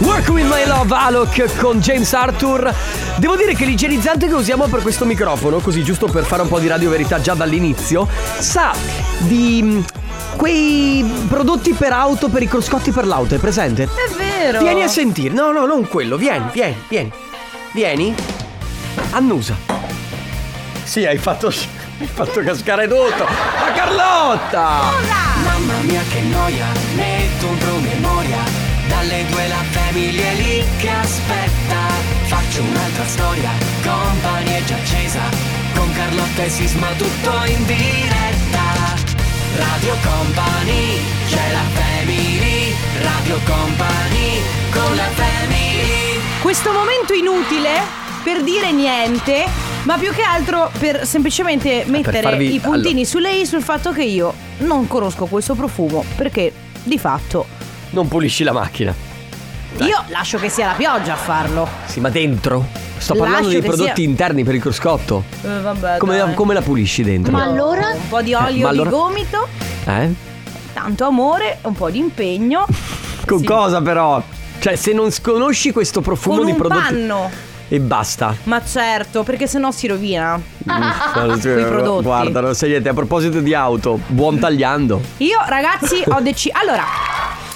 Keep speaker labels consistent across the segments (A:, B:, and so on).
A: Work with my love Alok con James Arthur. Devo dire che l'igienizzante che usiamo per questo microfono, così giusto per fare un po' di radio verità già dall'inizio, sa di mm, quei prodotti per auto, per i cruscotti per l'auto, è presente?
B: È vero.
A: Vieni a sentire. No, no, non quello. Vieni, vieni, vieni. Vieni. Annusa. Sì, hai fatto. Hai fatto cascare tutto. Ma Carlotta!
C: Mamma mia che noia, metto un promemoria Dalle due la famiglia è lì che aspetta Faccio un'altra storia, compagnia è già accesa Con Carlotta e Sisma tutto in diretta Radio Company, c'è la family Radio Company, con la family
B: Questo momento inutile per dire niente, ma più che altro per semplicemente mettere
A: Eh, farvi-
B: i puntini
A: allora-
B: sulle i sul fatto che io non conosco questo profumo perché di fatto
A: Non pulisci la macchina.
B: io lascio che sia la pioggia a farlo.
A: Sì, ma dentro? Sto parlando
B: Lascio
A: dei
B: che
A: prodotti
B: sia-
A: interni per il cruscotto.
B: Eh, vabbè.
A: Come,
B: dai.
A: come la pulisci dentro?
D: Ma allora?
B: Un po' di
A: Eh,
B: olio
A: ma allora-
B: di gomito,
A: Eh?
B: tanto amore, un po' di impegno.
A: Con
B: Sì.
A: cosa però? Cioè, se non sconosci questo profumo
B: Con
A: di
B: un
A: prodotti.
B: panno.
A: E basta.
B: Ma certo, perché sennò si rovina. Quei ah, prodotti.
A: Guarda, non sai niente. A proposito di auto, buon tagliando.
B: Io, ragazzi, ho deciso. Allora,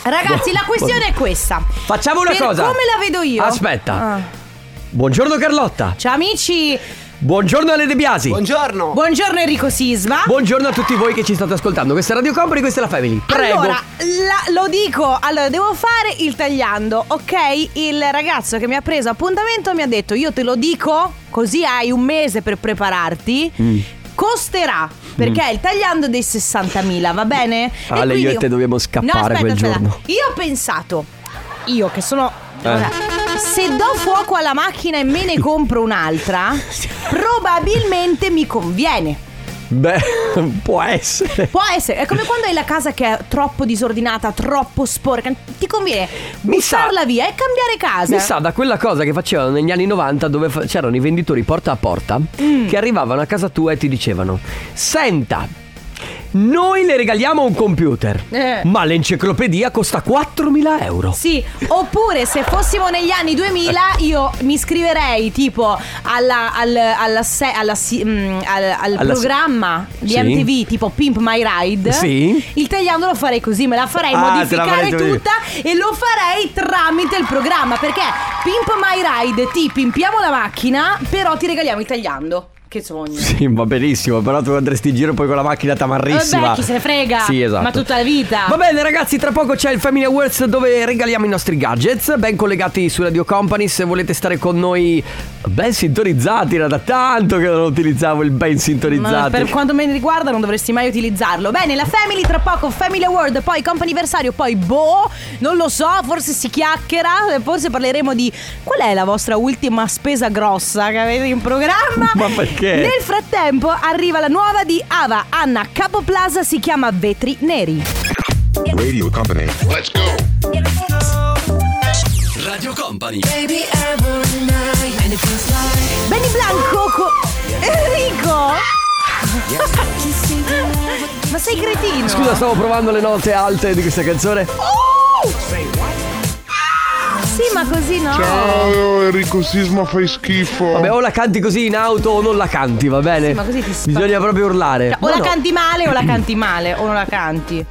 B: ragazzi, la questione è questa.
A: Facciamo una
B: Per
A: cosa.
B: Come la vedo io?
A: Aspetta.
B: Ah.
A: Buongiorno Carlotta.
B: Ciao amici,
A: Buongiorno Ale De Biasi.
C: Buongiorno
B: buongiorno Enrico Sisma.
A: Buongiorno a tutti voi che ci state ascoltando. Questa è Radio Company, questa è la Family. Prego.
B: Allora, la- lo dico, allora devo fare il tagliando, ok? Il ragazzo che mi ha preso appuntamento mi ha detto "Io te lo dico, così hai un mese per prepararti".
A: Mm.
B: Costerà, perché è il tagliando dei 60.000, va bene? E
A: Ale, io e te dobbiamo scappare
B: no, aspetta,
A: quel
B: aspetta.
A: giorno.
B: Io ho pensato, io che sono
A: Eh.
B: se do fuoco alla macchina e me ne compro un'altra, probabilmente mi conviene.
A: Beh, può essere.
B: Può essere, è come quando hai la casa che è troppo disordinata, troppo sporca. Ti conviene
A: Mi sa-
B: buttarla via e cambiare casa.
A: Mi sa da quella cosa che facevano negli anni 90 dove fa- c'erano i venditori porta a porta
B: Mm.
A: che arrivavano a casa tua e ti dicevano Senta, noi le regaliamo un computer,
B: Eh.
A: ma l'enciclopedia costa 4.000 euro.
B: Sì, oppure se fossimo negli anni 2000 io mi iscriverei tipo alla, al, alla se- alla si- mm, al- al
A: Alla si-
B: programma di
A: Sì.
B: MTV tipo Pimp My Ride.
A: Sì.
B: Il tagliando lo farei così, me la farei
A: Ah, te la
B: modificare
A: farei tu-
B: tutta e lo farei tramite il programma perché Pimp My Ride ti pimpiamo la macchina, però ti regaliamo il tagliando. Che sogno.
A: Sì, va benissimo, però tu andresti in giro poi con la macchina tamarrissima.
B: Vabbè, chi se ne frega.
A: Sì, esatto.
B: Ma tutta la vita.
A: Va bene ragazzi, tra poco c'è il Family Awards dove regaliamo i nostri gadgets, ben collegati su Radio Company, se volete stare con noi ben sintonizzati, era da tanto che non utilizzavo il ben
B: Ma
A: sintonizzati.
B: per quanto me ne riguarda non dovresti mai utilizzarlo. Bene, la Family tra poco, Family Award, poi comp'anniversario, poi boh, non lo so, forse si chiacchiera, forse parleremo di qual è la vostra ultima spesa grossa che avete in programma.
A: Ma perché?
B: Nel frattempo arriva la nuova di Ava, Anna Capoplaza, si chiama Vetri Neri.
E: Radio Company.
A: Radio Company.
B: Benny Blanco co- Enrico! Ma sei cretino?
A: Scusa, stavo provando le note alte di questa canzone.
B: Oh! Sì, ma così no.
F: Ciao Enrico Sisma fai schifo.
A: Vabbè, o la canti così in auto o non la canti, va bene?
B: ma così ti spa-
A: Bisogna proprio urlare.
B: Cioè, o
A: Ma
B: la
A: no.
B: canti male o la canti male o non la canti.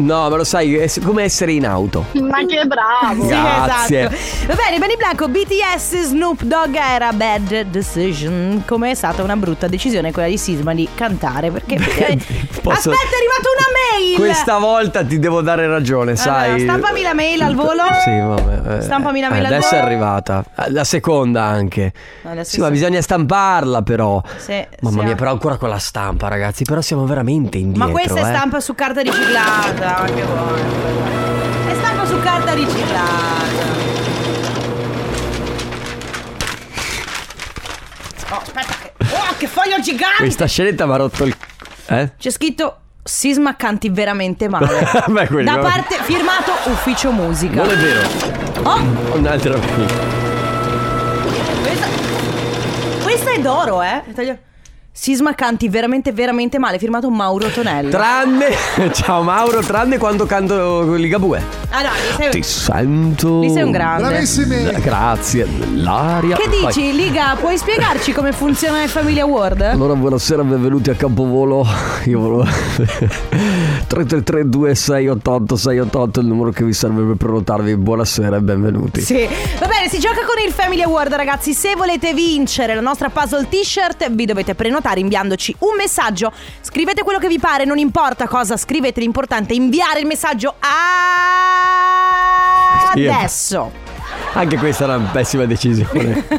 A: No, ma lo sai, è s- come essere in auto.
D: Ma che bravo!
A: Grazie.
B: Sì, esatto. Va bene, Benny Blanco, BTS, Snoop Dogg era bad decision. Come è stata una brutta decisione quella di Sisma di cantare. Perché. eh,
A: Posso-
B: Aspetta, è arrivata una mail!
A: Questa volta ti devo dare ragione,
B: Allora,
A: sai.
B: stampami la mail al volo.
A: Sì, vabbè. eh.
B: Stampami la
A: Eh,
B: mail al
A: Adesso è
B: volo.
A: arrivata. Eh, La seconda anche.
B: No, adesso
A: Sì, ma
B: sì.
A: bisogna stamparla però.
B: Sì,
A: Mamma
B: sì,
A: mia,
B: ah.
A: però ancora con la stampa, ragazzi. Però siamo veramente indietro.
B: Ma questa è
A: eh.
B: stampa su carta riciclata. ma che buono. È stampa su carta riciclata. Oh, aspetta, che- oh, che foglio gigante!
A: Questa scenetta mi ha rotto il. Eh?
B: C'è scritto Sisma canti veramente male.
A: Beh, quello-
B: da parte firmato Ufficio Musica.
A: Non è vero.
B: Oh,
A: Un'altra mail.
B: questa, questa è d'oro, eh. Taglio- Sisma canti veramente, veramente male. Firmato Mauro Tonello.
A: Tranne, ciao Mauro, tranne quando canto Ligabue.
B: Ah, no, lì sei,
A: Ti sento. Eh,
B: lì sei un grande.
D: Bravissimi.
A: Grazie, l'aria.
B: Che
A: Vai.
B: dici, Liga? Puoi spiegarci come funziona il Family Award?
A: Allora, buonasera, benvenuti a Campovolo. Io volevo. 333 2688 688 il numero che vi serve per prenotarvi. Buonasera e benvenuti.
B: Sì. Va bene, si gioca con il Family Award, ragazzi. Se volete vincere la nostra puzzle t-shirt, vi dovete prenotare inviandoci un messaggio. Scrivete quello che vi pare, non importa cosa scrivete, l'importante è inviare il messaggio a-
A: Sì, eh.
B: adesso.
A: Anche questa era una pessima decisione.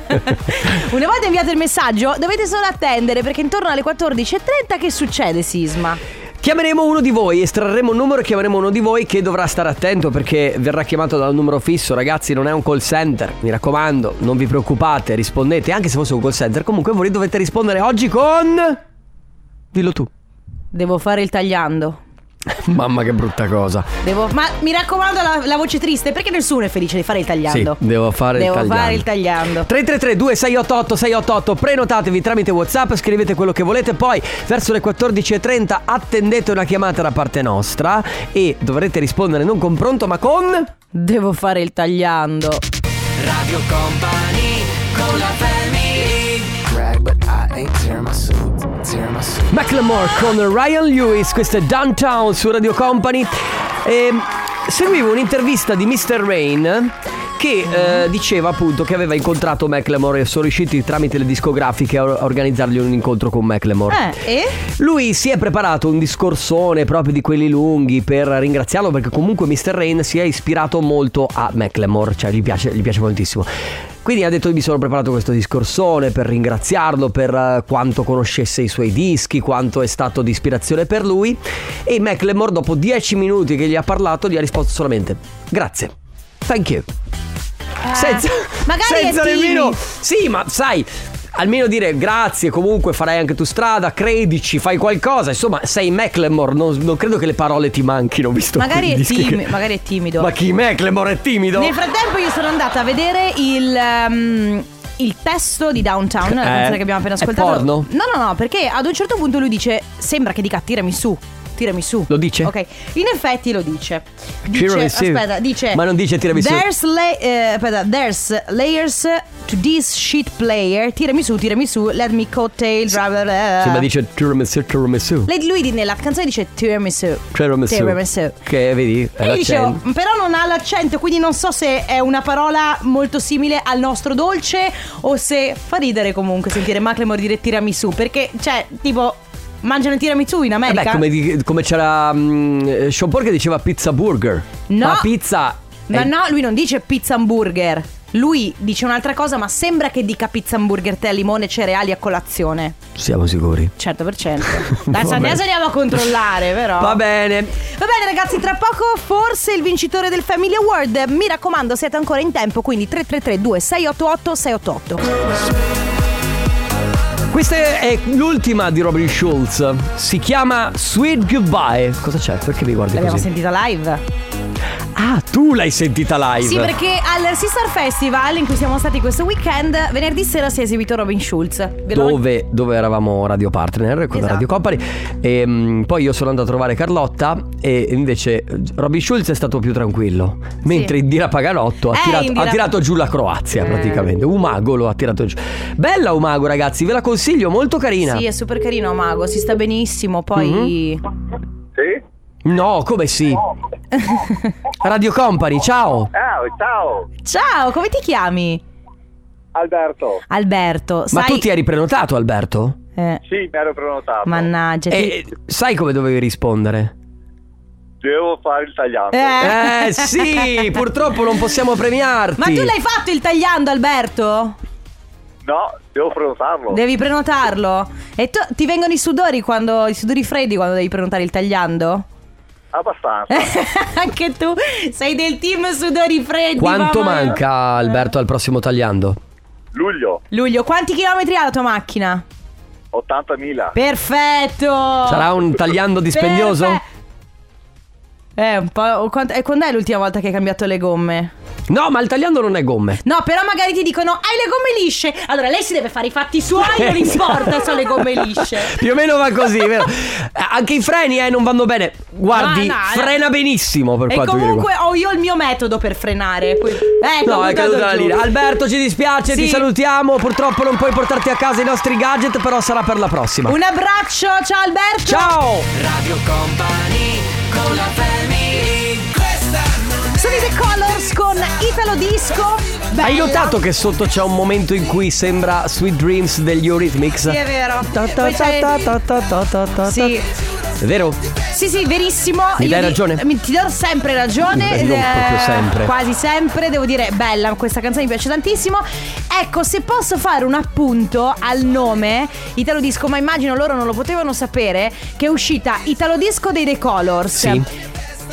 B: Una volta inviato il messaggio, dovete solo attendere perché intorno alle 14.30 che succede, Sisma?
A: Chiameremo uno di voi, estrarremo un numero e chiameremo uno di voi che dovrà stare attento perché verrà chiamato da un numero fisso, ragazzi, non è un call center. Mi raccomando, non vi preoccupate, rispondete, anche se fosse un call center. Comunque voi dovete rispondere oggi con Dillo tu.
B: Devo fare il tagliando.
A: Mamma che brutta cosa.
B: Devo- ma mi raccomando la, la voce triste perché nessuno è felice di fare il tagliando.
A: Sì, devo fare il
B: Devo
A: tagliando.
B: fare il tagliando.
A: 333 2688 688 prenotatevi tramite WhatsApp, scrivete quello che volete, poi verso le 14:30 attendete una chiamata da parte nostra e dovrete rispondere non con pronto, ma con
B: Devo fare il tagliando.
C: Radio Company con la family
A: Macklemore con Ryan Lewis, questo è Downtown su Radio Company. E seguivo un'intervista di Mr. Rain che eh, diceva appunto che aveva incontrato Macklemore e sono riusciti tramite le discografiche a a organizzargli un incontro con Macklemore.
B: Eh, e?
A: Lui si è preparato un discorsone proprio di quelli lunghi per ringraziarlo perché comunque Mr. Rain si è ispirato molto a Macklemore, cioè gli piace, gli piace moltissimo. Quindi ha detto mi sono preparato questo discorsone per ringraziarlo per eh, quanto conoscesse i suoi dischi, quanto è stato di ispirazione per lui e Macklemore dopo 10 minuti che gli ha parlato gli ha risposto solamente grazie, thank you. Senza,
B: Eh, magari è
A: senza nemmeno...
B: timido.
A: Sì, ma sai, almeno dire grazie, comunque farai anche tu strada, credici, fai qualcosa. Insomma, sei Macklemore, non, non credo che le parole ti manchino, visto
B: Magari
A: i
B: è,
A: dischi
B: timi-
A: che-
B: magari è timido.
A: Ma chi Macklemore è timido?
B: Nel frattempo io sono andata a vedere il... ehm, il testo di Downtown, la
A: Eh,
B: canzone che abbiamo appena
A: è
B: ascoltato.
A: porno?
B: No, no, no, perché ad un certo punto lui dice: Sembra che dica tirami su. Tirami su.
A: Lo dice?
B: Ok. In effetti lo dice. Dice
A: Tirami su.
B: aspetta, dice.
A: Ma non dice tirami su.
B: there's la- eh, aspetta, there's layers to this shit player. Tirami su, tirami su, let me cocktail, bla bla bla.
A: Sì, ma dice tiramisu, tiramisu,
B: Lei- Lui di- nella canzone dice tiramisu.
A: tiramisu.
B: Tiramisu.
A: Che vedi? è
B: E io dicevo,
A: l'accento. Eh
B: però non ha l'accento, quindi non so se è una parola molto simile al nostro dolce o se fa ridere comunque sentire Macklemore dire tiramisù, perché cioè, tipo, mangiano il tiramisù in
A: Eh
B: America?
A: beh, come, di- come c'era mm, eh, Sean Paul che diceva pizza burger.
B: No.
A: Ma pizza...
B: Ma
A: è-
B: no, lui non dice pizza hamburger. Lui dice un'altra cosa, ma sembra che dica pizza hamburger, tè, limone, cereali a colazione. Certo,
A: Siamo sicuri?
B: 100%. Adesso,
A: Vabbè.
B: adesso andiamo a controllare, però.
A: Va bene.
B: Va bene ragazzi, tra poco forse il vincitore del Family Award. Mi raccomando, siete ancora in tempo, quindi 333 2688 688.
A: Questa è l'ultima di Robin Schulz. Si chiama Sweet Goodbye. Cosa c'è? Perché mi guardi
B: L'abbiamo
A: così?
B: sentita live?
A: ah, tu l'hai sentita live.
B: Sì, perché al Sister Festival in cui siamo stati questo weekend, venerdì sera si è esibito Robin Schulz. Ve lo-
A: Dove, dove eravamo radio partner con la
B: Esatto.
A: Radio Company e, mm, poi io sono andato a trovare Carlotta e invece eh, Robin Schulz è stato più tranquillo mentre Indira Paganotto ha,
B: Eh,
A: tirato,
B: Indira- Eh.
A: ha tirato giù la Croazia praticamente Umago lo ha tirato giù bella Umago ragazzi ve la consiglio molto carina
B: Sì, è super carino Mago, si sta benissimo, poi...
A: Mhm.
G: Sì?
A: no come sì Radio Company ciao
G: Ah, ciao!
B: Ciao, come ti chiami?
G: Alberto,
B: Alberto,
A: ma
B: sai...
A: tu ti eri prenotato Alberto?
B: Eh,
G: sì, mi ero prenotato.
B: mannaggia, ti-
A: E sai come dovevi rispondere?
G: Devo fare il tagliato.
B: Eh.
A: Eh sì, purtroppo non possiamo premiarti.
B: Ma tu l'hai fatto il tagliando, Alberto?
G: No, devo prenotarlo.
B: Devi prenotarlo. E tu, ti vengono i sudori quando i sudori freddi quando devi prenotare il tagliando?
G: Abbastanza.
B: Eh. Anche tu sei del team sudori freddi.
A: Quanto
B: mamma mia.
A: manca Alberto al prossimo tagliando?
G: Luglio,
B: Luglio, quanti chilometri ha la tua macchina?
G: 80.000.
B: Perfetto.
A: Sarà un tagliando dispendioso?
B: Eh, Perfe- Eh, un po'. quant- e quando è l'ultima volta che hai cambiato le gomme?
A: No, ma il tagliando non è gomme.
B: No, però magari ti dicono hai le gomme lisce. Allora lei si deve fare i fatti suoi, non importa se ha le gomme lisce.
A: Eh. Più o meno va così, vero? Anche i freni eh, non vanno bene. Guardi,
B: No, no, no.
A: frena benissimo per
B: E
A: quanto mi riguarda.
B: comunque ho io il mio metodo per frenare. Poi- Ecco,
A: No,
B: ho
A: è
B: buttato
A: caduta la
B: giù.
A: linea. Alberto, ci dispiace, ti
B: Sì.
A: salutiamo. Purtroppo non puoi portarti a casa i nostri gadget, però sarà per la prossima.
B: Un abbraccio, ciao Alberto.
A: Ciao!
C: Radio Company con la family Questa
B: Sono i The Colors con Italo Disco. Bello.
A: Hai notato che sotto c'è un momento in cui sembra Sweet Dreams degli Eurythmics?
B: Sì, è vero.
A: Ta ta
B: Poi c'è-
A: ta ta ta ta ta ta.
B: Sì.
A: È vero?
B: Sì, sì, verissimo.
A: Mi dai
B: Io di-
A: ragione?
B: mi- ti do sempre ragione. Eh,
A: Beh, non proprio sempre.
B: Quasi sempre. Devo dire, bella questa canzone, mi piace tantissimo. Ecco, se posso fare un appunto al nome Italo Disco, ma immagino loro non lo potevano sapere, che è uscita Italo Disco dei The Colors.
A: Sì.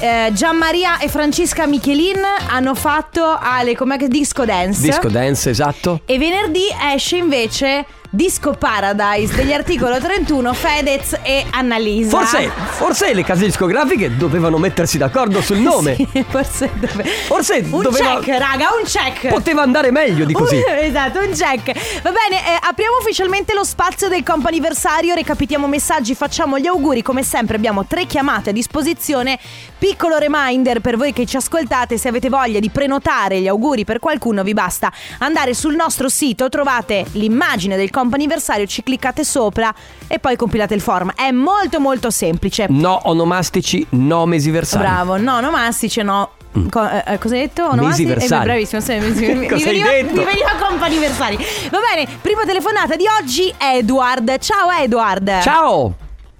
B: Eh, Gianmaria e Francesca Michelin hanno fatto Ale, com'è che disco dance?
A: Disco dance, esatto.
B: E venerdì esce invece Disco Paradise degli articolo 31 Fedez e Annalisa.
A: Forse, forse le case discografiche dovevano mettersi d'accordo sul nome.
B: Sì, forse dove...
A: Forse
B: un
A: doveva-
B: check, raga, un check.
A: Poteva andare meglio di così.
B: Un- esatto, un check. Va bene, eh, apriamo ufficialmente lo spazio del comp'anniversario, recapitiamo messaggi, facciamo gli auguri. Come sempre abbiamo tre chiamate a disposizione. Piccolo reminder per voi che ci ascoltate, se avete voglia di prenotare gli auguri per qualcuno vi basta andare sul nostro sito, trovate l'immagine del comp'anniversario, ci cliccate sopra e poi compilate il form. È molto molto semplice.
A: No onomastici, no mesiversali.
B: Bravo, no, nomastici no. Co- eh, eh, cosa hai detto? Onomasti?
A: Mesiversali.
B: Eh, bravissimo, sì, mesi- mi,
A: Mm. Cosa hai
B: veniva,
A: detto?
B: mi veniva comp'anniversari. Va bene, prima telefonata di oggi Edward. Ciao Edward.
A: Ciao!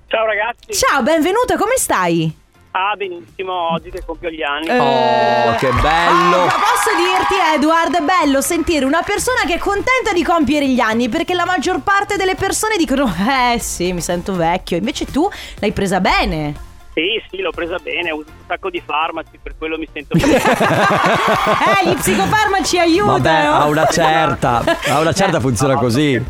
D: Ciao ragazzi,
B: Ciao, benvenuto, come stai?
D: ah benissimo, oggi che compio gli anni.
B: Eh.
A: Oh, che bello!
B: Ah, ma posso dirti Edward, è bello sentire una persona che è contenta di compiere gli anni perché la maggior parte delle persone dicono "Eh sì, mi sento vecchio". Invece tu l'hai presa bene.
D: Sì, sì, l'ho presa bene, ho usato un sacco di farmaci, per quello mi sento bene.
B: eh, gli psicofarmaci aiutano.
A: Vabbè, a una certa, a una certa funziona così.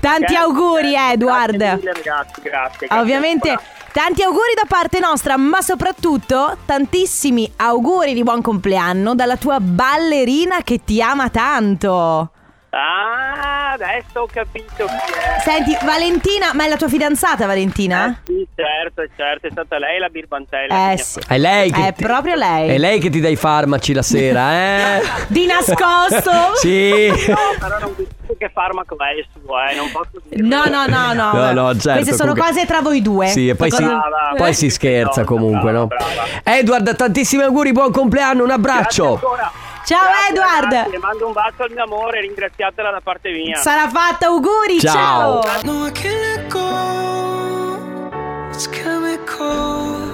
B: Tanti auguri, Edward.
D: Grazie mille, ragazzi, grazie. grazie
B: Ah, Ovviamente
D: ancora.
B: tanti auguri da parte nostra, ma soprattutto tantissimi auguri di buon compleanno dalla tua ballerina che ti ama tanto.
D: Ah, adesso ho capito chi è.
B: Senti, Valentina, ma è la tua fidanzata Valentina?
D: Eh, sì, certo, certo, è stata lei la birbantella.
B: Eh
D: mia.
B: sì.
A: È lei che
B: È proprio lei.
A: È lei che ti dà i farmaci la sera, eh?
B: Di nascosto.
A: Sì.
D: No, però non vi dico che farmaco è il suo, eh, non posso dire.
B: No, no, no, no.
A: No, no, certo,
B: Queste sono
A: comunque-
B: cose tra voi due. Ecco,
A: Sì, e poi si,
B: Sono cose-
D: Brava,
A: poi
D: brava.
A: si scherza comunque, no?
D: Brava,
A: Edward, tantissimi auguri, buon compleanno, un
D: Grazie
A: abbraccio.
D: ancora.
B: Ciao,
D: Grazie,
B: Edward.
D: ragazzi, Le mando un bacio al mio amore, ringraziatela da parte mia.
B: Sarà fatta, auguri.
A: Ciao.
B: ciao.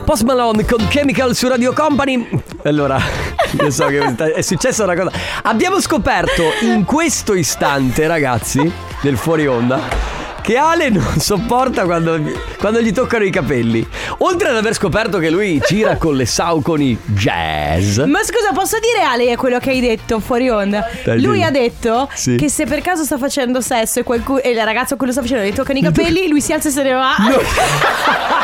A: Post Malone con Chemical su Radio Company. Allora, io so che sta- è successa una cosa. Abbiamo scoperto in questo istante, ragazzi, del fuori onda, che Ale non sopporta quando, quando gli toccano i capelli. Oltre ad aver scoperto che lui gira con le sauconi jazz.
B: Ma scusa, posso dire Ale quello che hai detto fuori onda?
A: Dai,
B: lui
A: dillo.
B: ha detto
A: Sì.
B: che se per caso sta facendo sesso e, qualcuno, e la ragazza a cui lo sta facendo gli toccano i capelli, lui si alza e se ne va. e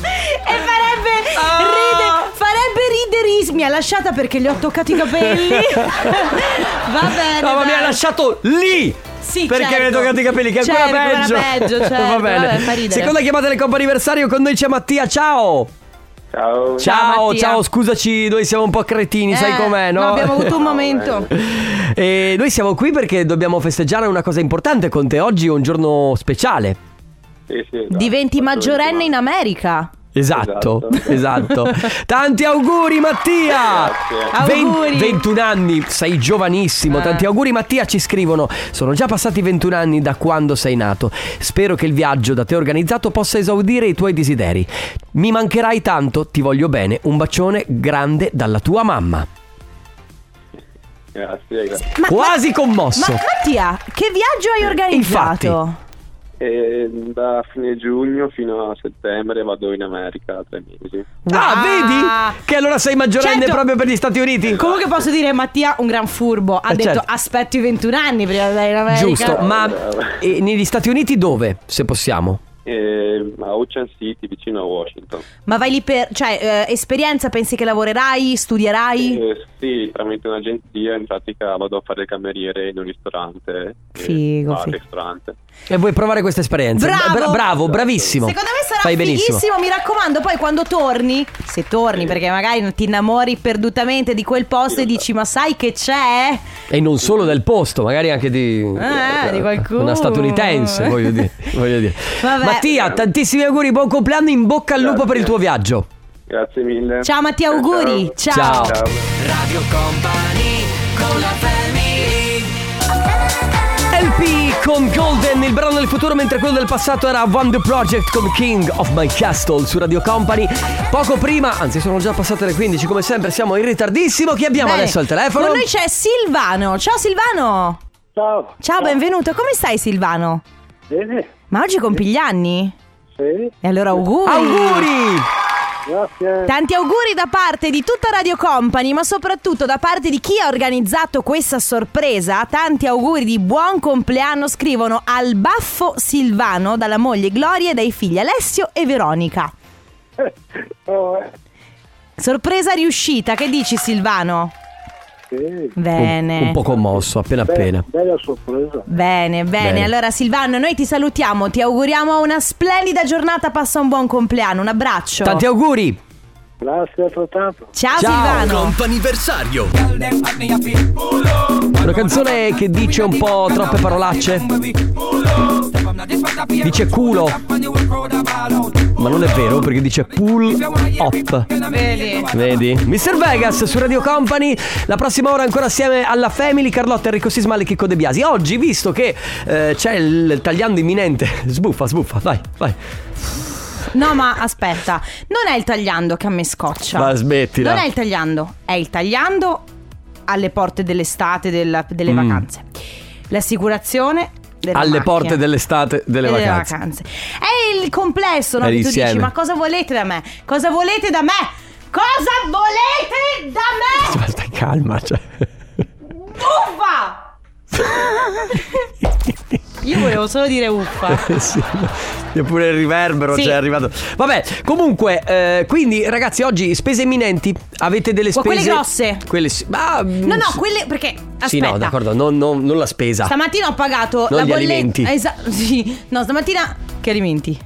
B: farebbe, ride, farebbe rideris- Mi ha lasciata perché gli ho toccato i capelli. Va bene.
A: No, ma mi
B: dai.
A: ha lasciato lì!
B: Sì,
A: perché
B: certo.
A: mi hai toccato i capelli, che è
B: Certo,
A: ancora peggio.
B: ancora peggio, certo.
A: Va bene.
B: Vabbè, fa ridere.
A: Seconda chiamata del compo anniversario con noi c'è Mattia, ciao!
G: Ciao.
A: Ciao, ciao,
B: Mattia.
A: scusaci, noi siamo un po' cretini, sai
B: Eh,
A: com'è, no? eh.
B: Abbiamo avuto un momento.
A: E noi siamo qui perché dobbiamo festeggiare una cosa importante con te. Oggi è un giorno speciale.
G: Sì, sì, esatto.
B: Diventi maggiorenne in America.
A: Esatto, esatto. Tanti auguri Mattia!
B: Grazie.
A: Ven-
B: Auguri. Eh.
A: 21 anni, sei giovanissimo. Tanti auguri Mattia, ci scrivono. Sono già passati 21 anni da quando sei nato. Spero che il viaggio da te organizzato possa esaudire i tuoi desideri. Mi mancherai tanto, ti voglio bene. Un bacione grande dalla tua mamma.
G: Grazie, grazie.
B: Ma-
A: Quasi
B: Ma
A: commosso.
B: Mattia, che viaggio hai organizzato?
G: E Ehm, da fine giugno fino a settembre vado in America tre mesi.
A: Ah,
B: Ah.
A: vedi? Che allora sei maggiorenne
B: Certo.
A: proprio per gli Stati Uniti.
B: Comunque posso dire Mattia un gran furbo Ha
A: Eh,
B: detto
A: certo.
B: aspetti i 21 anni prima di andare in America
A: Giusto, ma eh, negli Stati Uniti dove, se possiamo?
G: eh, a Ocean City vicino a Washington.
B: Ma vai lì per... Cioè, eh, esperienza, pensi che lavorerai, studierai?
G: Eh, sì, tramite un'agenzia, in pratica vado a fare il cameriere in un ristorante. eh,
B: Figo,
G: bar,
B: figo.
G: ristorante.
A: E vuoi provare questa esperienza?
B: Bravo!
A: bravo, bravissimo.
B: Secondo me sarà
A: Fai benissimo.
B: fighissimo, mi raccomando, poi quando torni, se torni perché magari non ti innamori perdutamente di quel posto e dici ma sai che c'è?
A: E non solo del posto, magari anche di, eh,
B: Ah, di qualcuno.
A: una statunitense, voglio dire. voglio dire.
B: Vabbè.
A: Mattia, tantissimi auguri, buon compleanno, in bocca al lupo
G: Grazie.
A: per il tuo viaggio.
G: Grazie mille.
B: Ciao Mattia, auguri, ciao.
A: Ciao.
G: Ciao.
C: Radio Company con la family
A: LP con Golden, il brano del futuro, mentre quello del passato era One The Project con King of My Castle su Radio Company. Poco prima, anzi sono già passate le 15, come sempre siamo in ritardissimo. Chi abbiamo
B: Bene.
A: adesso al telefono?
B: Con noi c'è Silvano. Ciao Silvano.
G: Ciao.
B: Ciao, benvenuto. Come stai Silvano?
G: Bene,
B: Ma oggi compi gli anni?
G: sì,
B: E allora auguri.
A: Auguri!
G: grazie.
B: Tanti auguri da parte di tutta Radio Company, ma soprattutto da parte di chi ha organizzato questa sorpresa. Tanti auguri di buon compleanno scrivono al baffo Silvano dalla moglie Gloria e dai figli Alessio e Veronica.
G: é,
B: Sorpresa riuscita, che dici Silvano? Eh,
A: Un,
B: Bene.
A: un po' commosso, appena appena.
G: Bella sorpresa.
B: Bene, bene,
A: Bene.
B: Allora Silvano, noi ti salutiamo, ti auguriamo una splendida giornata, passa un buon compleanno, un abbraccio.
A: Tanti auguri!
G: Grazie altrettanto.
B: Ciao,
A: Ciao.
B: Silvano.
H: Comp'anniversario
A: Una canzone che dice un po' troppe parolacce. Dice culo. Ma non è vero perché dice pull up. Vedi? Mr. Vegas su Radio Company. La prossima ora ancora assieme alla Family, Carlotta, Enrico Sismale e Chicco De Biasi. Oggi, visto che eh, c'è il tagliando imminente, sbuffa, sbuffa, vai, vai.
B: No, ma aspetta, non è il tagliando che a me scoccia.
A: Ma smettila.
B: Non è il tagliando, è il tagliando alle porte dell'estate, della- delle
A: Mm.
B: vacanze. L'assicurazione della
A: Alle
B: macchina.
A: porte dell'estate, delle
B: E
A: vacanze.
B: È il complesso, no?
A: È
B: Che tu
A: l'insieme.
B: dici, ma cosa volete da me? Cosa volete da me? Cosa volete da me?
A: Ma stai calma, cioè.
B: Uffa! Io volevo solo dire uffa.
A: Eh sì. Eppure il riverbero
B: Sì.
A: c'è arrivato. Vabbè, comunque, eh, quindi ragazzi, oggi spese imminenti. Avete delle
B: Ma
A: spese?
B: quelle grosse.
A: Quelle sì. Ma,
B: No, no, quelle perché aspetta.
A: Sì, no, d'accordo, non, non- non la spesa.
B: Stamattina ho pagato
A: Non
B: la
A: gli
B: bolletta.
A: alimenti.
B: Esatto, sì. No, stamattina che alimenti?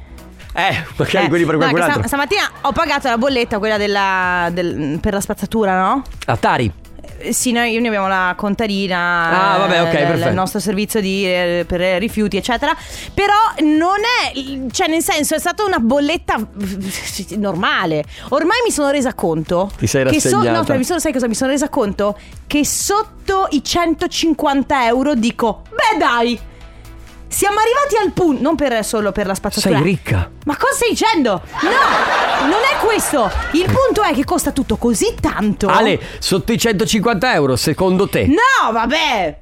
A: Eh, magari
B: Eh,
A: quelli per
B: no,
A: qualcun
B: che sta-
A: altro.
B: stamattina ho pagato la bolletta, quella della, del- per la spazzatura, no?
A: Atari.
B: Eh, Sì, noi, noi abbiamo la contarina.
A: Ah,
B: eh,
A: vabbè, ok,
B: l-
A: perfetto.
B: Il nostro servizio di, eh, per rifiuti, eccetera. Però non è. Cioè, nel senso, è stata una bolletta normale. Ormai mi sono resa conto.
A: Ti sei
B: che so-
A: rassegnata.
B: no, aspetta, mi sono, sai cosa? Mi sono resa conto che sotto i 150 euro dico, beh, dai. Siamo arrivati al punto. Non per, solo per la spazzatura.
A: Sei ricca.
B: Ma cosa stai dicendo? No, non è questo. Il punto è che costa tutto così tanto.
A: Ale, sotto i 150 euro, secondo te?
B: No, vabbè.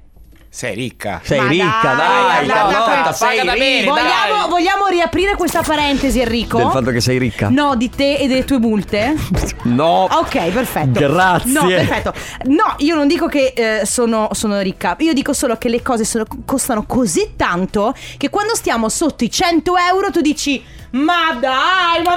H: Sei ricca
A: Sei
B: Ma
A: ricca, dai,
B: dai, dai,
A: Carlotta,
B: dai,
A: sei
H: paga da
A: ricca.
H: bere,
B: Vogliamo, vogliamo riaprire questa parentesi, Enrico?
A: Del fatto che sei ricca.
B: No, di te e delle tue multe?
A: No.
B: Ok, perfetto.
A: Grazie.
B: No, perfetto. No, io non dico che eh, sono, sono ricca. Io dico solo che le cose sono- costano così tanto che quando stiamo sotto i 100 euro tu dici: Ma dai, ma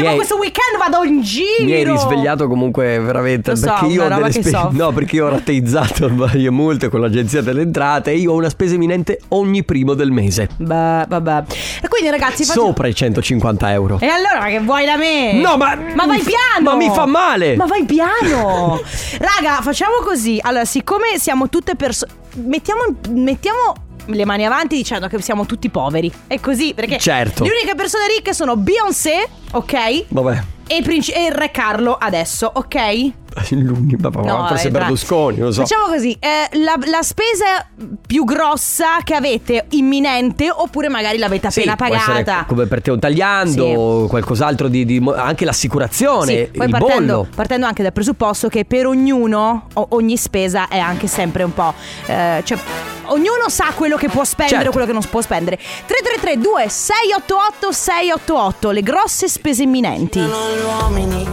A: Mi hai-
B: Ma questo weekend vado in giro.
A: Mi hai risvegliato comunque veramente
B: Lo so,
A: perché io
B: una
A: ho
B: roba
A: delle
B: che
A: spese.
B: soffro.
A: No, perché io ho ratteizzato varie multe con l'agenzia delle entrate e io ho una spesa imminente ogni primo del mese.
B: Beh, vabbè. E quindi, ragazzi, fate-
A: Sopra i 150 euro.
B: E allora che vuoi da me?
A: No, ma-
B: Ma vai piano!
A: ma mi fa male!
B: Ma vai piano! Raga, facciamo così. Allora, siccome siamo tutte persone. Mettiamo, mettiamo le mani avanti dicendo che siamo tutti poveri. È così, perché.
A: Certo.
B: Le uniche persone ricche sono Beyoncé, ok? E,
A: Vabbè,
B: il princi- e il Re Carlo adesso, ok?
A: l'unica, ma forse
B: eh, tra-
A: Berlusconi, non so.
B: Facciamo così: eh, la, la spesa più grossa che avete imminente, oppure magari l'avete
A: Sì,
B: appena
A: può essere
B: pagata.
A: Come per te un tagliando,
B: Sì.
A: o qualcos'altro di, di- anche l'assicurazione,
B: Sì, poi
A: il
B: partendo,
A: bollo.
B: partendo anche dal presupposto che per ognuno o- ogni spesa è anche sempre un po'. eh, cioè, ognuno sa quello che può spendere
A: Certo.
B: o quello che non può spendere. 333 2688 688 le grosse spese imminenti.
I: gli uomini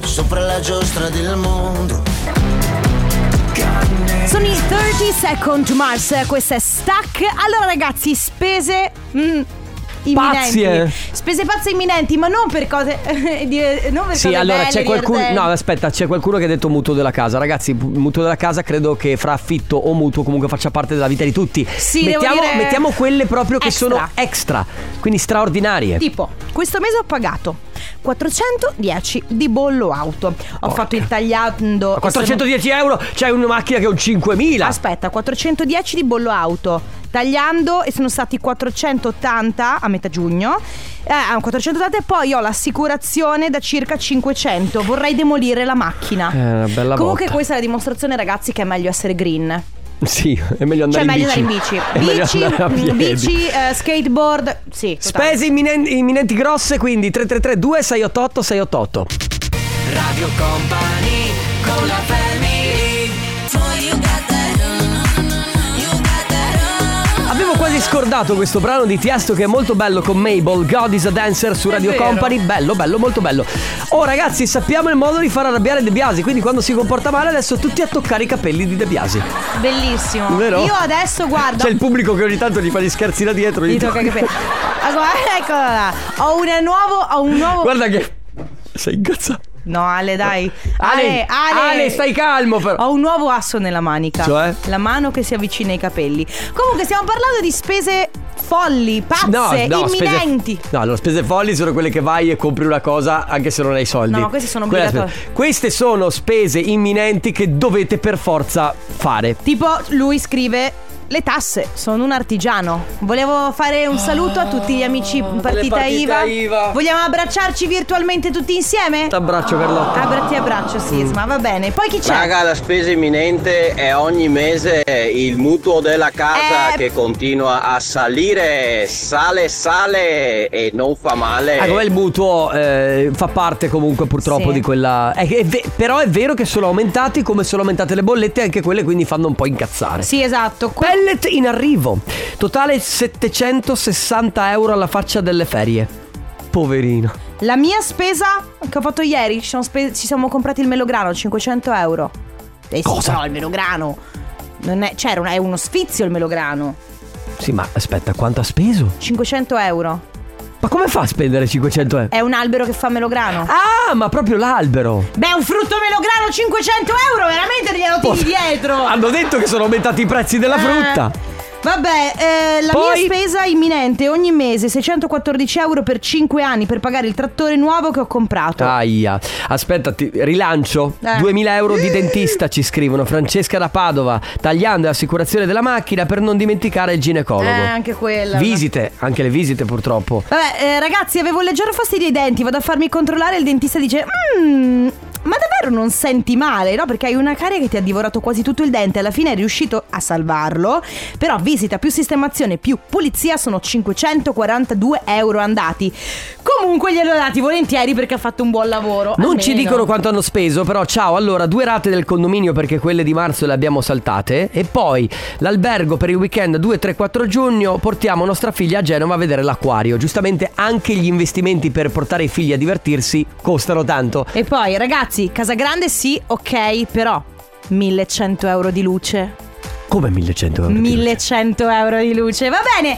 I: sopra la giostra del mondo.
B: Sono i 30 Second to Mars, questa è Stack. Allora ragazzi, spese... mm, imminenti.
A: Pazzie.
B: Spese pazze imminenti, ma non per cose. di- non per
A: Sì,
B: cose
A: allora
B: belle,
A: c'è qualcuno.
B: divertenti.
A: No, aspetta, c'è qualcuno che ha detto mutuo della casa. Ragazzi, mutuo della casa credo che fra affitto o mutuo comunque faccia parte della vita di tutti.
B: Sì, devo
A: mettiamo,
B: dire-
A: mettiamo quelle proprio che
B: Extra.
A: sono extra, quindi straordinarie.
B: Tipo, questo mese ho pagato 410 di bollo auto. Ho fatto il tagliando.
A: A 410 euro c'hai una macchina che è un 5000.
B: Ah, Aspetta, 410 di bollo auto. Tagliando e sono stati 480 a metà giugno. Eh, ah, 480 e poi ho l'assicurazione da circa 500. Vorrei demolire la macchina.
A: Eh, una bella
B: Comunque
A: botta.
B: questa è la dimostrazione ragazzi che è meglio essere green.
A: Sì, è meglio
B: Cioè
A: andare
B: è meglio
A: in
B: andare in
A: bici.
B: bici.
A: È meglio andare a
B: Bici,
A: piedi.
B: bici, eh, skateboard, sì. totale.
A: Spese imminen- imminenti grosse, quindi 333 2688 688.
C: Radio Company con la family
A: Avevo quasi scordato questo brano di Tiesto che è molto bello con Mabel, God is a Dancer su Radio
B: vero.
A: Company. Bello, bello, molto bello. Oh ragazzi, sappiamo il modo di far arrabbiare De Biasi, quindi quando si comporta male adesso tutti a toccare i capelli di De Biasi.
B: Bellissimo.
A: Vero?
B: Io adesso guardo.
A: C'è il pubblico che ogni tanto gli fa gli scherzi da dietro. gli
B: Mi tocca
A: tocca-
B: i capelli. Ah, guarda, Eccola là. Ho, una nuovo, ho un nuovo.
A: Guarda che... Sei incazzato.
B: No, Ale, dai.
A: Ale, Ale, stai calmo però.
B: Ho un nuovo asso nella manica.
A: Cioè?
B: La mano che si avvicina ai capelli. Comunque, stiamo parlando di spese folli, pazze, imminenti.
A: Spese, no, allora spese folli sono quelle che vai e compri una cosa anche se non hai soldi.
B: No, ma queste sono
A: Quella-
B: obbligatorie.
A: Queste sono spese imminenti che dovete per forza fare.
B: Tipo, lui scrive. Le tasse, sono un artigiano. Volevo fare un saluto a tutti gli amici in partita,
A: partite IVA.
B: Vogliamo abbracciarci virtualmente tutti insieme?
A: T'abbraccio Carlotta.
B: Abra- ti abbraccio, Sisma, va bene. Poi chi c'è?
J: Raga, la spesa imminente è ogni mese il mutuo della casa
B: Eh.
J: che continua a salire, sale, sale e non fa male.
A: Ah, com'è il mutuo eh, fa parte comunque purtroppo
B: Sì.
A: di quella... è che- è ve- però è vero che sono aumentati come sono aumentate le bollette anche quelle quindi fanno un po' incazzare.
B: Sì, esatto. Que-
A: Pellet in arrivo. Totale 760 euro alla faccia delle ferie. Poverino.
B: La mia spesa che ho fatto ieri, ci siamo, spe- ci siamo comprati il melograno, 500 euro. Eh sì,
A: Cosa?
B: però il melograno. Non è, cioè, non è uno sfizio il melograno.
A: Sì ma aspetta quanto ha speso?
B: 500 euro.
A: Ma come fa a spendere 500 euro?
B: È un albero che fa melograno.
A: Ah ma proprio l'albero.
B: Beh, un frutto melograno 500 euro, veramente glielo tiri
A: Posso-
B: dietro.
A: Hanno detto che sono aumentati i prezzi della frutta.
B: Eh, Vabbè, eh, la
A: Poi-
B: mia spesa imminente ogni mese 614 euro per 5 anni per pagare il trattore nuovo che ho comprato.
A: Aia, aspetta, ti- rilancio.
B: Eh.
A: 2000 euro di dentista ci scrivono Francesca da Padova, tagliando l'assicurazione della macchina per non dimenticare il
B: eh,
A: ginecologo.
B: anche quella.
A: visite, anche le visite purtroppo.
B: Vabbè, eh, ragazzi, avevo un leggero fastidio ai denti. Vado a farmi controllare. Il dentista dice: Mmm. Ma davvero non senti male, no? Perché hai una carie che ti ha divorato quasi tutto il dente. Alla fine è riuscito a salvarlo. Però visita più sistemazione più pulizia sono 542 euro andati. Comunque glielo ho dati volentieri perché ha fatto un buon lavoro.
A: Non
B: almeno.
A: ci dicono quanto hanno speso, però ciao, allora due rate del condominio perché quelle di marzo le abbiamo saltate e poi l'albergo per il weekend 2, 3, 4 giugno portiamo nostra figlia a Genova a vedere l'acquario. Giustamente anche gli investimenti per portare i figli a divertirsi costano tanto.
B: E poi, ragazzi, Casa Grande sì, ok, però 1100 euro di luce.
A: Come 1100 euro? di luce?
B: 1100 euro di luce, va bene.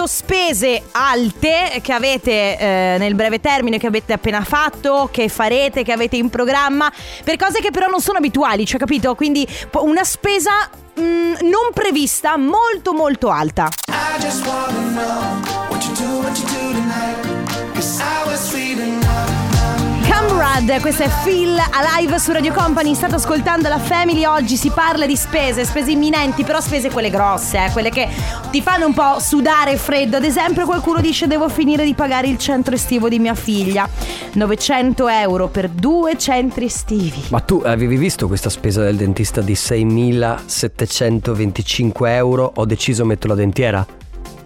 B: 3332688688 spese alte che avete eh, nel breve termine, che avete appena fatto, che farete, che avete in programma, per cose che però non sono abituali, cioè capito? Quindi po- una spesa mh, non prevista molto molto alta. Camrad, questo è Phil Alive su Radio Company, state ascoltando la Family, oggi si parla di spese, spese imminenti, però spese quelle grosse, eh, quelle che ti fanno un po' sudare freddo, ad esempio qualcuno dice devo finire di pagare il centro estivo di mia figlia, 900 euro per due centri estivi.
A: Ma tu avevi visto questa spesa del dentista di 6.725 euro? Ho deciso metto la dentiera.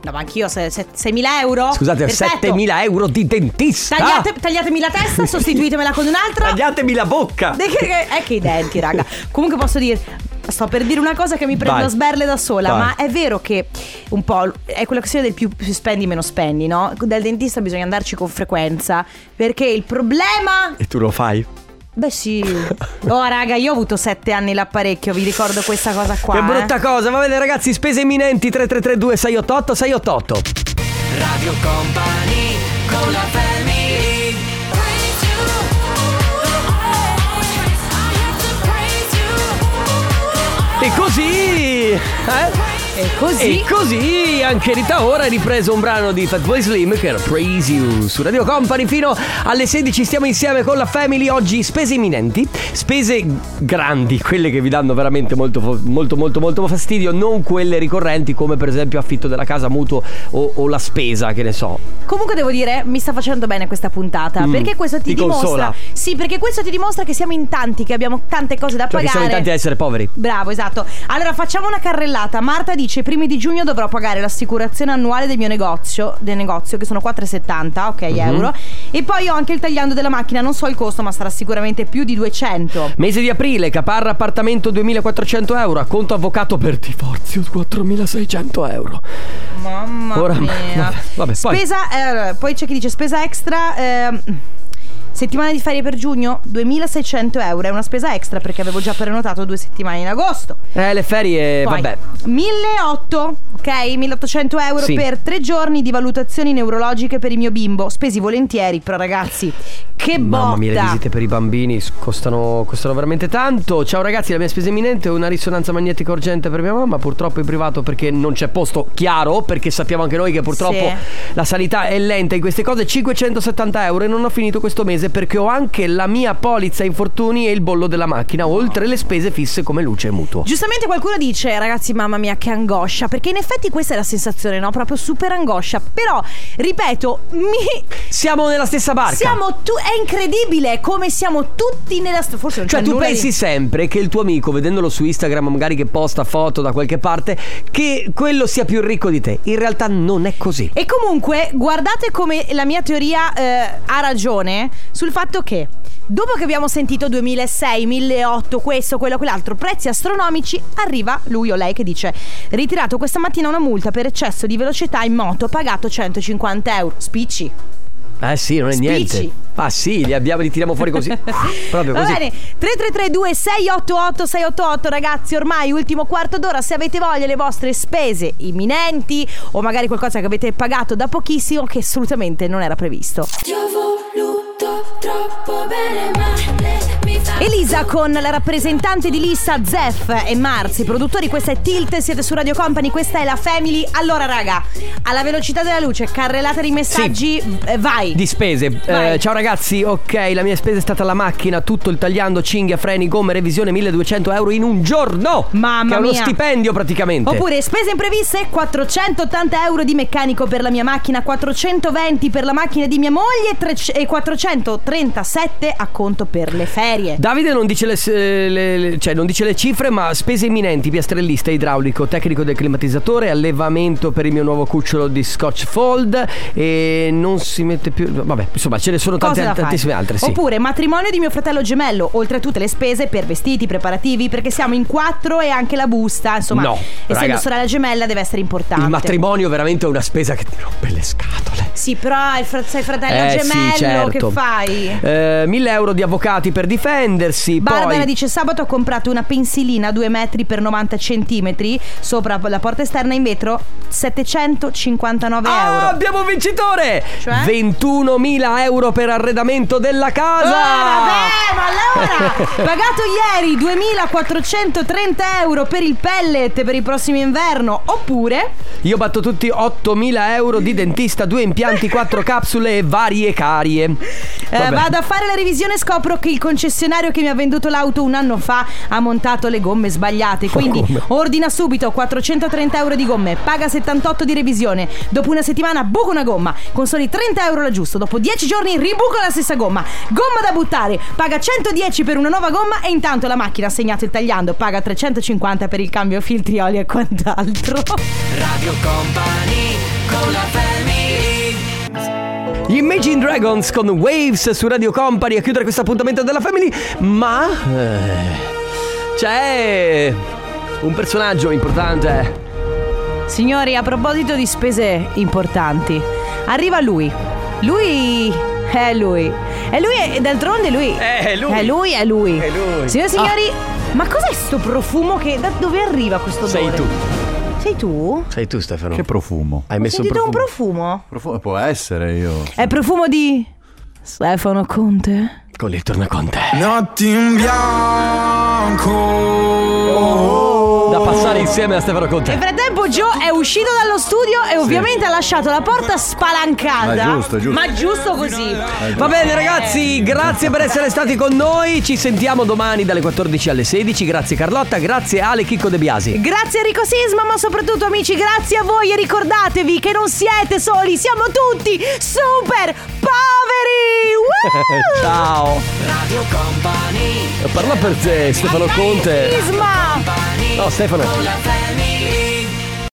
B: No ma anch'io se- se- 6.000 euro?
A: Scusate,
B: Oh,
A: Ah!
B: Perfetto.
A: 7.000 euro di dentista!
B: Tagliate- tagliatemi la testa, sostituitemela con un'altra.
A: Tagliatemi la bocca!
B: Dai, che- che- È che i denti, raga. Comunque posso dire. Sto per dire una cosa che mi prendo
A: Vai.
B: a sberle da sola,
A: Vai.
B: ma è vero che un po' è quella questione del più più spendi meno spendi, no? Dal dentista bisogna andarci con frequenza, perché il problema
A: E tu lo fai?
B: Beh sì. Oh raga, io ho avuto sette anni l'apparecchio, vi ricordo questa cosa qua.
A: Che brutta
B: eh.
A: cosa, va bene ragazzi, spese imminenti 3332 688 688.
C: Radio Company con la family
A: E così, eh?
B: E così.
A: E così anche Rita Ora ha ripreso un brano di Fatboy Slim che era Praise You su Radio Company fino alle 16 stiamo insieme con la Family oggi spese imminenti, spese grandi, quelle che vi danno veramente molto fo- molto molto molto fastidio, non quelle ricorrenti come per esempio affitto della casa, mutuo o, o la spesa, che ne so.
B: Comunque devo dire, mi sta facendo bene questa puntata.
A: Mm,
B: Perché questo ti,
A: ti
B: dimostra.
A: consola.
B: Sì, perché questo ti dimostra che siamo in tanti, che abbiamo tante cose da
A: Cioè che
B: pagare.
A: sono in tanti a essere poveri.
B: Bravo, esatto. Allora facciamo una carrellata. Marta dice: i primi di giugno dovrò pagare l'assicurazione annuale del mio negozio, del negozio che sono 4,70, ok,
A: Mhm.
B: euro. E poi ho anche il tagliando della macchina, non so il costo, ma sarà sicuramente più di 200.
A: Mese di aprile, caparra appartamento 2400 euro, conto avvocato per divorzio 4600 euro.
B: Mamma
A: Ora-
B: mia.
A: vabbè, vabbè, poi-
B: spesa, eh, poi c'è chi dice spesa extra. ehm, Settimana di ferie per giugno 2600 euro. È una spesa extra perché avevo già prenotato due settimane in agosto.
A: Eh, le ferie,
B: Poi,
A: vabbè.
B: 1800, ok? 1800 euro
A: Sì.
B: per tre giorni di valutazioni neurologiche per il mio bimbo. Spesi volentieri, però ragazzi, che
A: Mamma
B: botta!
A: mia, le visite per i bambini s- costano, costano veramente tanto. Ciao ragazzi, la mia spesa imminente è una risonanza magnetica urgente per mia mamma, purtroppo in privato perché non c'è posto chiaro, perché sappiamo anche noi che purtroppo
B: Sì.
A: la sanità è lenta in queste cose, 570 euro e non ho finito questo mese perché ho anche la mia polizza infortuni e il bollo della macchina, oltre le spese fisse come luce e mutuo.
B: Giustamente qualcuno dice, ragazzi, mamma mia, che angoscia, perché in effetti questa è la sensazione, no? Proprio super angoscia. Però, ripeto, mi...
A: Siamo nella stessa barca.
B: Siamo tu- è incredibile come siamo tutti nella st- forse non
A: Cioè,
B: c'è
A: tu
B: nulla di-
A: pensi sempre che il tuo amico, vedendolo su Instagram, magari che posta foto da qualche parte, che quello sia più ricco di te. In realtà non è così.
B: E comunque, guardate come la mia teoria eh, ha ragione sul fatto che dopo che abbiamo sentito 2006, 2008, questo, quello, quell'altro, prezzi astronomici, arriva lui o lei che dice "Ritirato questa mattina una multa per eccesso di velocità in moto, pagato 150 euro". Spicci.
A: Eh sì, non è
B: Spicci.
A: niente. Ah sì, li abbiamo, li tiriamo fuori così. Proprio
B: Va
A: così.
B: bene, 3332 688 688 ragazzi, ormai ultimo quarto d'ora, se avete voglia le vostre spese imminenti o magari qualcosa che avete pagato da pochissimo che assolutamente non era previsto. Elisa con la rappresentante di lista Zef e Marzi, produttori, questa è Tilt, siete su Radio Company, questa è la Family. Allora raga, alla velocità della luce, carrellata di messaggi, eh, vai.
A: Di spese.
B: Vai.
A: Eh, ciao ragazzi, ok, la mia spesa è stata la macchina, tutto il tagliando, cinghia, freni, gomme, revisione 1200 euro in un giorno.
B: Mamma
A: che è uno
B: mia.
A: stipendio praticamente.
B: Oppure spese impreviste 480 euro di meccanico per la mia macchina 420 per la macchina di mia moglie tre- e 437 a conto per le ferie
A: Davide non dice le, s- le- le- cioè non dice le cifre, ma spese imminenti, piastrellista, idraulico, tecnico del climatizzatore, allevamento per il mio nuovo cucciolo di Scotch Fold e non si mette più... Vabbè, insomma, ce ne sono tante,
B: Cose da fare.
A: tantissime altre, sì.
B: Oppure matrimonio di mio fratello gemello Oltre a tutte le spese per vestiti, preparativi Perché siamo in quattro e anche la busta Insomma,
A: No,
B: essendo
A: raga.
B: sorella gemella deve essere importante
A: il matrimonio veramente è una spesa che ti rompe le scatole.
B: Sì, però il fra- sei fratello
A: eh
B: gemello
A: sì, certo.
B: che fai?
A: Eh, 1000 euro di avvocati per difendersi.
B: Barbara
A: poi...
B: dice sabato ho comprato una pensilina 2 metri per 90 centimetri sopra la porta esterna in vetro 759
A: Ah,
B: euro.
A: abbiamo un vincitore!
B: Cioè?
A: 21.000 euro per arredamento della
B: Ah,
A: casa!
B: vabbè, ma allora! Pagato ieri 2430 euro per il pellet per il prossimo inverno oppure
A: Io batto tutti 8.000 euro di dentista, due impianti, quattro capsule e varie carie.
B: eh,
A: Vabbè.
B: vado a fare la revisione e scopro che il concessionario che mi ha venduto l'auto un anno fa ha montato le gomme sbagliate. Quindi
A: come?
B: ordina subito 430 euro di gomme, paga 78 di revisione. Dopo una settimana buco una gomma, con soli 30 euro l'aggiusto. Dopo 10 giorni ribuco la stessa gomma. Gomma da buttare, paga 110 per una nuova gomma e intanto la macchina ha segnato il tagliando, paga 350 per il cambio filtri olio e quant'altro.
C: Radio Company con la family
A: Gli Imagine Dragons con Waves su Radio Company a chiudere questo appuntamento della Family, ma... eh, c'è un personaggio importante.
B: Signori, a proposito di spese importanti, arriva lui. Lui È lui. È lui, è, d'altronde lui.
A: Eh, è lui.
B: È lui, è lui.
A: È lui. Ah.
B: Signore e signori, ma cos'è sto profumo che. Da dove arriva questo odore?
A: Sei tu.
B: Sei tu?
A: Sei tu Stefano.
K: Che profumo.
A: Hai
B: Ho
A: messo un
B: sentito
A: profumo.
B: un profumo.
K: Profumo può essere io.
B: È il profumo di. Stefano Conte.
A: Con il tornaconte.
I: Notti in bianco.
A: Da passare insieme a Stefano Conte.
B: Nel frattempo Joe è uscito dallo studio e ovviamente ha lasciato la porta spalancata.
K: Ma è giusto, è giusto.
B: Ma giusto così.
A: Va bene ragazzi, grazie per essere stati con noi. Ci sentiamo domani dalle 14 alle 16. Grazie Carlotta, grazie Ale Chicco De Biasi.
B: Grazie Enrico Sisma, ma soprattutto amici, grazie a voi e ricordatevi che non siete soli, siamo tutti super poveri! Woo!
A: Ciao.
C: Radio Company
A: Parla per te Stefano Conte.
B: Sisma!
A: No Stefano.
C: con la family